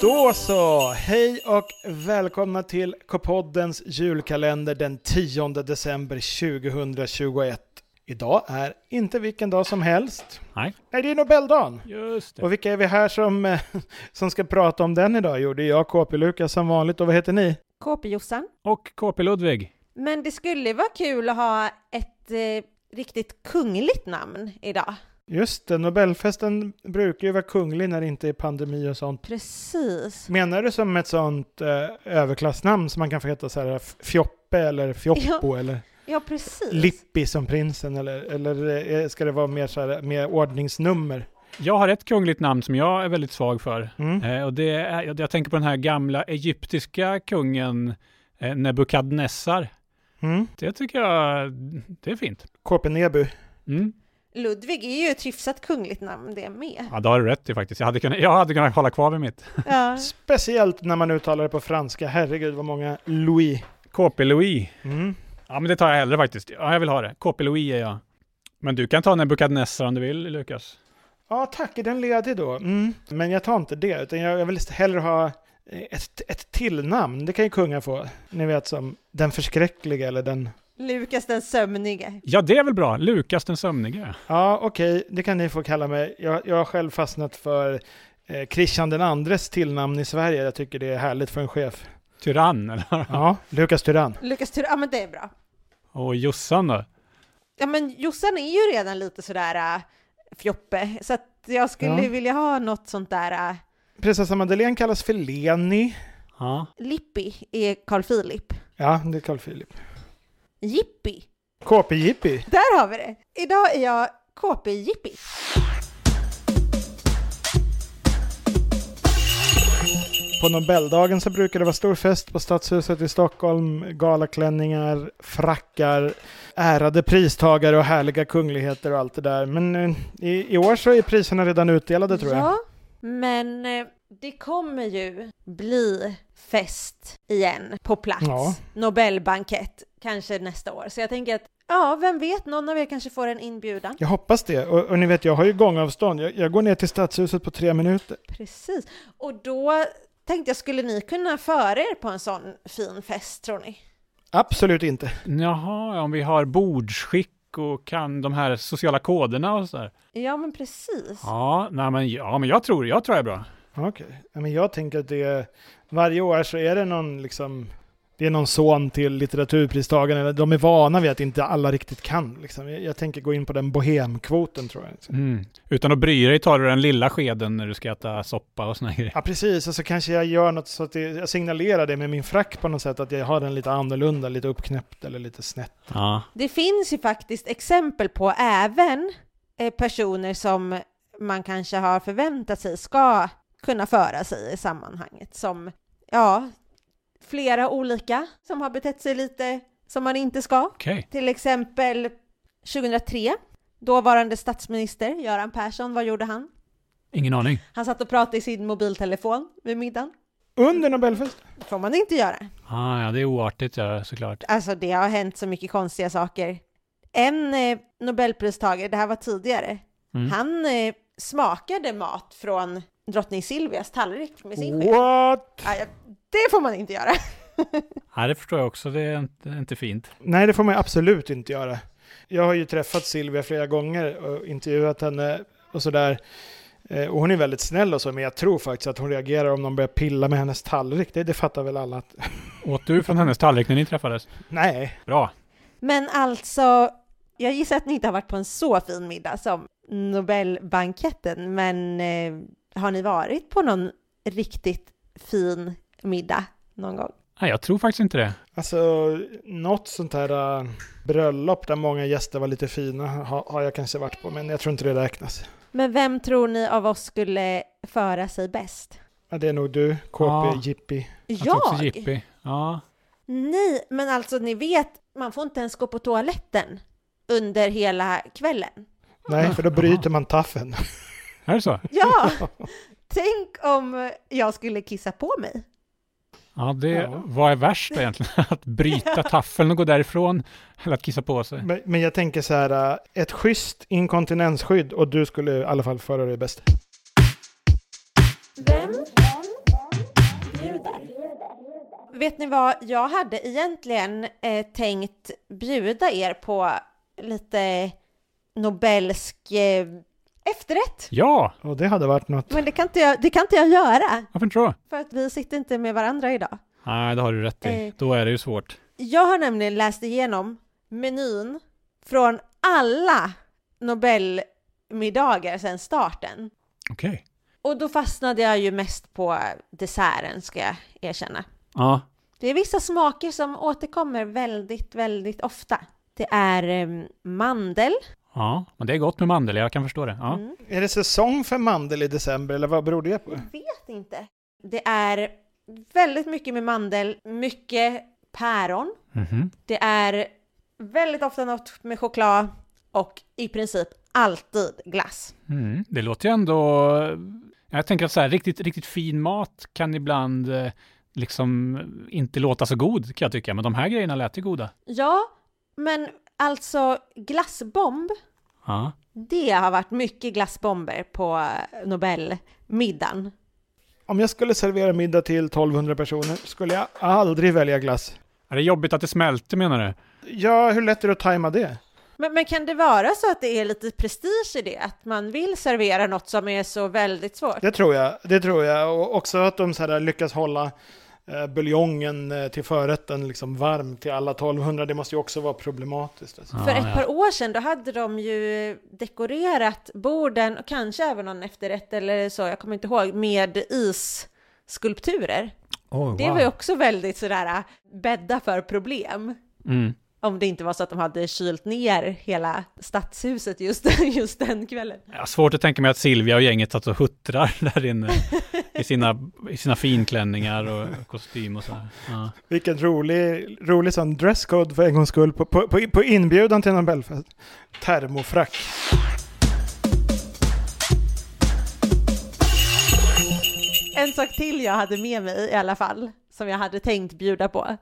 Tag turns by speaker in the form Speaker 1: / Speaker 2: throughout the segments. Speaker 1: Då så! Hej och välkomna till K-poddens julkalender den 10 december 2021. Idag är inte vilken dag som helst.
Speaker 2: Nej.
Speaker 1: Nej, det är Nobeldagen!
Speaker 2: Just det.
Speaker 1: Och vilka är vi här som, eh, som ska prata om den idag? Jo, det är jag, KP-Lukas, som vanligt. Och vad heter ni?
Speaker 3: KP-Jossan.
Speaker 2: Och KP Ludvig.
Speaker 3: Men det skulle vara kul att ha ett eh, riktigt kungligt namn idag.
Speaker 1: Just det, Nobelfesten brukar ju vara kunglig när det inte är pandemi och sånt.
Speaker 3: Precis.
Speaker 1: Menar du som ett sånt eh, överklassnamn som man kan få heta så här F- Fjoppe eller Fjoppo eller?
Speaker 3: Ja, precis.
Speaker 1: Lippi som prinsen eller, eller eh, ska det vara mer, så här, mer ordningsnummer?
Speaker 2: Jag har ett kungligt namn som jag är väldigt svag för.
Speaker 1: Mm.
Speaker 2: Eh, och det är, jag, jag tänker på den här gamla egyptiska kungen eh, Nebukadnessar.
Speaker 1: Mm.
Speaker 2: Det tycker jag, det är fint.
Speaker 1: KP Nebu.
Speaker 2: Mm.
Speaker 3: Ludvig är ju ett hyfsat kungligt namn det med.
Speaker 2: Ja, det har du rätt i faktiskt. Jag hade kunnat, jag hade kunnat hålla kvar vid mitt.
Speaker 3: Ja.
Speaker 1: Speciellt när man uttalar det på franska. Herregud vad många Louis.
Speaker 2: KP Louis.
Speaker 1: Mm.
Speaker 2: Ja, men det tar jag hellre faktiskt. Ja, jag vill ha det. KP Louis är jag. Men du kan ta Nebukadnessar om du vill, Lukas.
Speaker 1: Ja tack, är den ledig då? Mm. Men jag tar inte det, utan jag, jag vill hellre ha eh, ett, ett tillnamn. Det kan ju kungar få. Ni vet som den förskräckliga eller den...
Speaker 3: Lukas den sömnige.
Speaker 2: Ja, det är väl bra. Lukas den sömnige.
Speaker 1: Ja okej, det kan ni få kalla mig. Jag, jag har själv fastnat för eh, Christian den andres tillnamn i Sverige. Jag tycker det är härligt för en chef.
Speaker 2: Tyrann, eller?
Speaker 1: Ja, Lukas Tyrann.
Speaker 3: Lukas Tur, ja men det är bra.
Speaker 2: Och Jossan då?
Speaker 3: Ja men Jossan är ju redan lite sådär äh, fjoppe, så att jag skulle
Speaker 1: Ja.
Speaker 3: vilja ha något sånt där äh,
Speaker 1: Prinsessa Madeleine kallas för Leni.
Speaker 2: Ja.
Speaker 3: Lippi är Carl Philip.
Speaker 1: Ja, det är Carl Philip.
Speaker 3: Jippi,
Speaker 1: KP-Jippi.
Speaker 3: där har vi det! Idag är jag KP-jippi.
Speaker 1: På Nobeldagen så brukar det vara stor fest på Stadshuset i Stockholm. Galaklänningar, frackar, ärade pristagare och härliga kungligheter och allt det där. Men eh, i, i år så är priserna redan utdelade tror jag.
Speaker 3: Ja, men eh, det kommer ju bli fest igen på plats.
Speaker 1: Ja.
Speaker 3: Nobelbankett kanske nästa år. Så jag tänker att, ja, vem vet, någon av er kanske får en inbjudan.
Speaker 1: Jag hoppas det. Och, och ni vet, jag har ju gångavstånd. Jag, jag går ner till Stadshuset på tre minuter.
Speaker 3: Precis. Och då tänkte jag, skulle ni kunna föra er på en sån fin fest, tror ni?
Speaker 1: Absolut inte.
Speaker 2: Jaha, om vi har bordsskick och kan de här sociala koderna och sådär.
Speaker 3: Ja, men precis.
Speaker 2: Ja, nej men, ja, men jag tror, jag tror jag är bra.
Speaker 1: Okej. Ja, Men jag tänker att det är, varje år så är det någon liksom det är någon son till litteraturpristagaren, eller de är vana vid att inte alla riktigt kan. Liksom. Jag, jag tänker gå in på den bohemkvoten tror jag.
Speaker 2: Mm. Utan att bry dig tar du den lilla skeden när du ska äta soppa och såna grejer.
Speaker 1: Ja, precis. Och så kanske jag gör något så att det, jag signalerar det med min frack på något sätt, att jag har den lite annorlunda, lite uppknäppt eller lite snett.
Speaker 2: Ja.
Speaker 3: Det finns ju faktiskt exempel på även eh, personer som man kanske har förväntat sig ska kunna föra sig i sammanhanget som, ja, flera olika som har betett sig lite som man inte ska.
Speaker 2: Okej.
Speaker 3: Till exempel 2003, dåvarande statsminister Göran Persson, vad gjorde han?
Speaker 2: Ingen aning.
Speaker 3: Han satt och pratade i sin mobiltelefon vid middagen.
Speaker 1: Under Nobelfest?
Speaker 3: Det får man inte göra.
Speaker 2: Ah, ja, det är oartigt ja, såklart.
Speaker 3: Alltså det har hänt så mycket konstiga saker. En eh, Nobelpristagare, det här var tidigare,
Speaker 2: Mm.
Speaker 3: han eh, smakade mat från drottning Silvias tallrik med sin sked.
Speaker 1: What?
Speaker 3: Ja, ja, det får man inte göra.
Speaker 2: Ja, det förstår jag också. Det är inte, inte fint.
Speaker 1: Nej, det får man ju absolut inte göra. Jag har ju träffat Silvia flera gånger och intervjuat henne och sådär. Eh, Och hon är väldigt snäll och så, men jag tror faktiskt att hon reagerar om någon börjar pilla med hennes tallrik. Det, det fattar väl alla att...
Speaker 2: Åt du från hennes tallrik när ni träffades?
Speaker 1: Nej.
Speaker 2: Bra.
Speaker 3: Men alltså, jag gissar att ni inte har varit på en så fin middag som Nobelbanketten, men eh, har ni varit på någon riktigt fin middag någon gång?
Speaker 2: Nej, jag tror faktiskt inte det.
Speaker 1: Alltså, något sånt här eh, bröllop där många gäster var lite fina har, har jag kanske varit på, men jag tror inte det räknas.
Speaker 3: Men vem tror ni av oss skulle föra sig bäst?
Speaker 1: Ja, det är nog du, KP,
Speaker 2: Ja.
Speaker 1: Jippi.
Speaker 2: Jag tror också Jippi. Ja.
Speaker 3: Nej, men alltså ni vet, man får inte ens gå på toaletten under hela kvällen.
Speaker 1: Nej, för då bryter man taffen.
Speaker 2: Är det så?
Speaker 3: Ja, tänk om jag skulle kissa på mig.
Speaker 2: Ja, det,
Speaker 1: Ja.
Speaker 2: vad är värst egentligen? Att bryta taffeln och gå därifrån? Eller att kissa på sig?
Speaker 1: Men, men jag tänker så här, eh, ett schysst inkontinensskydd och du skulle i alla fall föra dig bäst.
Speaker 3: Vem? Vet ni vad, jag hade egentligen eh, tänkt bjuda er på lite nobelsk eh, efterrätt.
Speaker 2: Ja!
Speaker 1: Och det hade varit något.
Speaker 3: Men det kan, inte jag, det kan inte jag göra,
Speaker 2: Varför inte då?
Speaker 3: för att vi sitter inte med varandra idag.
Speaker 2: Nej, det har du rätt i.
Speaker 3: Eh.
Speaker 2: Då är det ju svårt.
Speaker 3: Jag har nämligen läst igenom menyn från alla Nobelmiddagar sedan starten.
Speaker 2: Okej.
Speaker 3: Och då fastnade jag ju mest på desserten, ska jag erkänna.
Speaker 2: Ja.
Speaker 3: Det är vissa smaker som återkommer väldigt, väldigt ofta. Det är eh, mandel.
Speaker 2: Ja, men det är gott med mandel, jag kan förstå det. Ja.
Speaker 3: Mm.
Speaker 1: Är det säsong för mandel i december eller vad beror det på?
Speaker 3: Jag vet inte. Det är väldigt mycket med mandel, mycket päron.
Speaker 2: Mhm.
Speaker 3: Det är väldigt ofta något med choklad och i princip alltid glass.
Speaker 2: Mm. Det låter ju ändå... Jag tänker att så här, riktigt, riktigt fin mat kan ibland eh, liksom inte låta så god, kan jag tycka. Men de här grejerna lät ju goda.
Speaker 3: Ja, men alltså glassbomb,
Speaker 2: Ja.
Speaker 3: det har varit mycket glassbomber på eh, Nobelmiddagen.
Speaker 1: Om jag skulle servera middag till 1200 personer skulle jag aldrig välja glass.
Speaker 2: Är det jobbigt att det smälter, menar du?
Speaker 1: Ja, hur lätt är det att tajma det?
Speaker 3: Men, men kan det vara så att det är lite prestige i det? Att man vill servera något som är så väldigt svårt?
Speaker 1: Det tror jag. Det tror jag. Och också att de så här lyckas hålla eh, buljongen eh, till förrätten liksom varm till alla 1200. Det måste ju också vara problematiskt. Alltså.
Speaker 3: För
Speaker 2: Ja,
Speaker 3: ett
Speaker 2: ja.
Speaker 3: par år sedan då hade de ju dekorerat borden och kanske även någon efterrätt eller så, jag kommer inte ihåg, med isskulpturer. Det var ju också väldigt sådär äh, bädda för problem.
Speaker 2: Mm.
Speaker 3: Om det inte var så att de hade kylt ner hela stadshuset just, just den kvällen.
Speaker 2: Ja, svårt att tänka mig att Silvia och gänget satt och huttrar där inne i sina, i sina finklänningar och kostym och så här. Ja.
Speaker 1: Vilken rolig, rolig sån dresscode för en gångs skull på, på, på, på inbjudan till Nobelfest. Termofrack.
Speaker 3: En sak till jag hade med mig i alla fall, som jag hade tänkt bjuda på.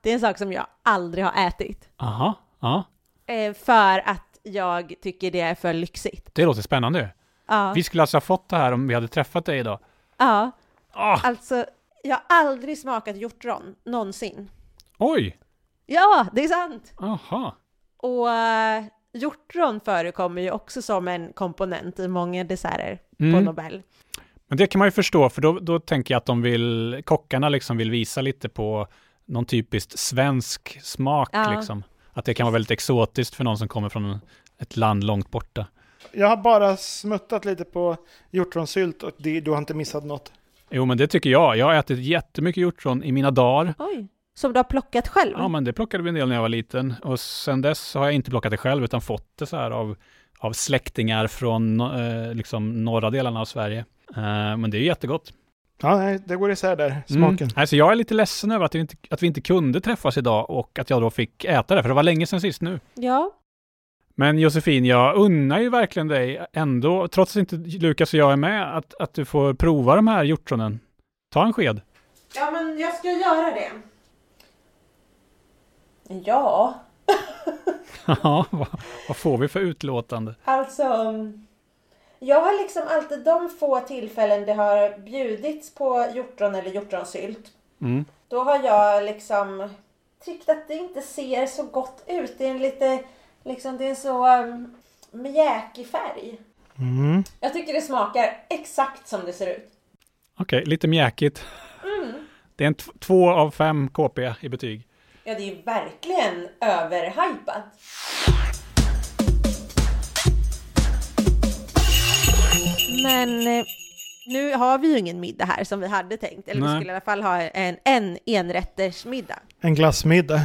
Speaker 3: Det är en sak som jag aldrig har ätit.
Speaker 2: Aha, ja.
Speaker 3: Eh, för att jag tycker det är för lyxigt.
Speaker 2: Det låter spännande ju.
Speaker 3: Ja,
Speaker 2: Vi skulle alltså ha fått det här om vi hade träffat dig idag.
Speaker 3: ja.
Speaker 2: Ah,
Speaker 3: alltså jag har aldrig smakat hjortron, någonsin.
Speaker 2: oj!
Speaker 3: Ja, det är sant!
Speaker 2: Aha.
Speaker 3: Och eh, hjortron förekommer ju också som en komponent i många desserter på
Speaker 2: Mm.
Speaker 3: Nobel.
Speaker 2: Men det kan man ju förstå, för då, då tänker jag att de vill, kockarna liksom vill visa lite på någon typiskt svensk smak
Speaker 3: Ja.
Speaker 2: liksom. Att det kan vara väldigt exotiskt för någon som kommer från ett land långt borta.
Speaker 1: Jag har bara smuttat lite på hjortronsylt och det, du har inte missat något.
Speaker 2: Jo, men det tycker jag. Jag har ätit jättemycket hjortron i mina dagar.
Speaker 3: Oj! Som du har plockat själv?
Speaker 2: Ja, men det plockade vi en del när jag var liten. Och sen dess har jag inte plockat det själv, utan fått det så här av, av släktingar från eh, liksom norra delarna av Sverige. Eh, men det är ju jättegott.
Speaker 1: Ja, nej, det går isär där, smaken.
Speaker 2: Mm. Alltså, jag är lite ledsen över att vi, inte, att vi inte kunde träffas idag och att jag då fick äta det, för det var länge sedan sist nu.
Speaker 3: ja.
Speaker 2: Men Josefin, jag unnar ju verkligen dig ändå, trots att inte Lukas och jag är med, att, att du får prova de här hjortronen. Ta en sked.
Speaker 3: Ja, men jag ska göra det. Ja,
Speaker 2: Ja, vad, vad får vi för utlåtande?
Speaker 3: alltså. Jag har liksom alltid de få tillfällen det har bjudits på hjortron eller hjortronsylt.
Speaker 2: Mm.
Speaker 3: Då har jag liksom tyckt att det inte ser så gott ut. Det är en lite, liksom det är en så um, mjäkig färg.
Speaker 1: Mm.
Speaker 3: Jag tycker det smakar exakt som det ser ut.
Speaker 2: Okej, lite mjäkigt. Det är en t- två av fem KP i betyg.
Speaker 3: Ja, det är ju verkligen överhypat. Men eh, nu har vi ju ingen middag här som vi hade tänkt. Eller
Speaker 2: Nej.
Speaker 3: vi skulle i alla fall ha en, en enrättersmiddag.
Speaker 1: En glassmiddag.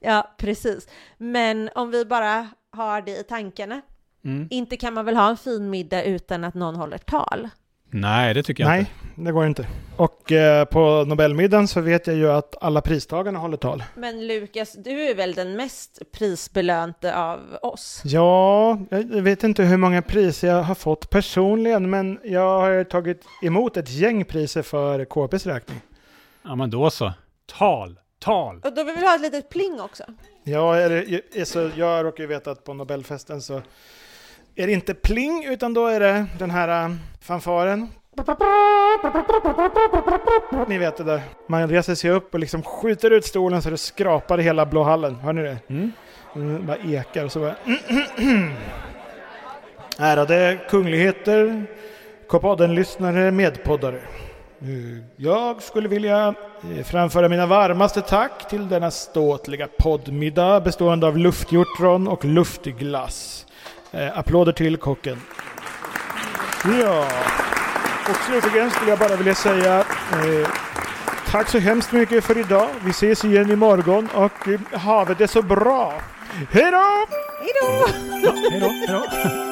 Speaker 3: Ja, precis. Men om vi bara har det i tankarna.
Speaker 2: Mm.
Speaker 3: Inte kan man väl ha en fin middag utan att någon håller tal?
Speaker 2: Nej, det tycker jag
Speaker 1: Nej,
Speaker 2: inte.
Speaker 1: det går inte. Och eh, på Nobelmiddagen så vet jag ju att alla pristagarna håller tal.
Speaker 3: Men Lukas, du är väl den mest prisbelönte av oss?
Speaker 1: Ja, jag vet inte hur många priser jag har fått personligen, men jag har tagit emot ett gäng priser för KPs räkning.
Speaker 2: Ja, men då så. Tal, tal.
Speaker 3: Och då vill vi ha ett litet pling också.
Speaker 1: Ja, eller, så jag råkar ju veta att på Nobelfesten så är det inte pling, utan då är det den här äh, fanfaren. Ni vet det där. Man reser sig upp och liksom skjuter ut stolen så det skrapar i hela blå hallen. Hör ni det?
Speaker 2: Mm.
Speaker 1: Det bara ekar och så bara... Ärade kungligheter, K-podden-lyssnare, medpoddare. Eh, Jag skulle vilja eh, framföra mina varmaste tack till denna ståtliga poddmiddag bestående av luftgjortron och luftig glass. Eh, Applåder till kocken. Ja, och slutligen skulle jag bara vilja säga eh, Tack så hemskt mycket för idag. Vi ses igen imorgon och eh, havet är så bra. Hej då!
Speaker 3: Hejdå!
Speaker 2: Ja, hej då, hej då.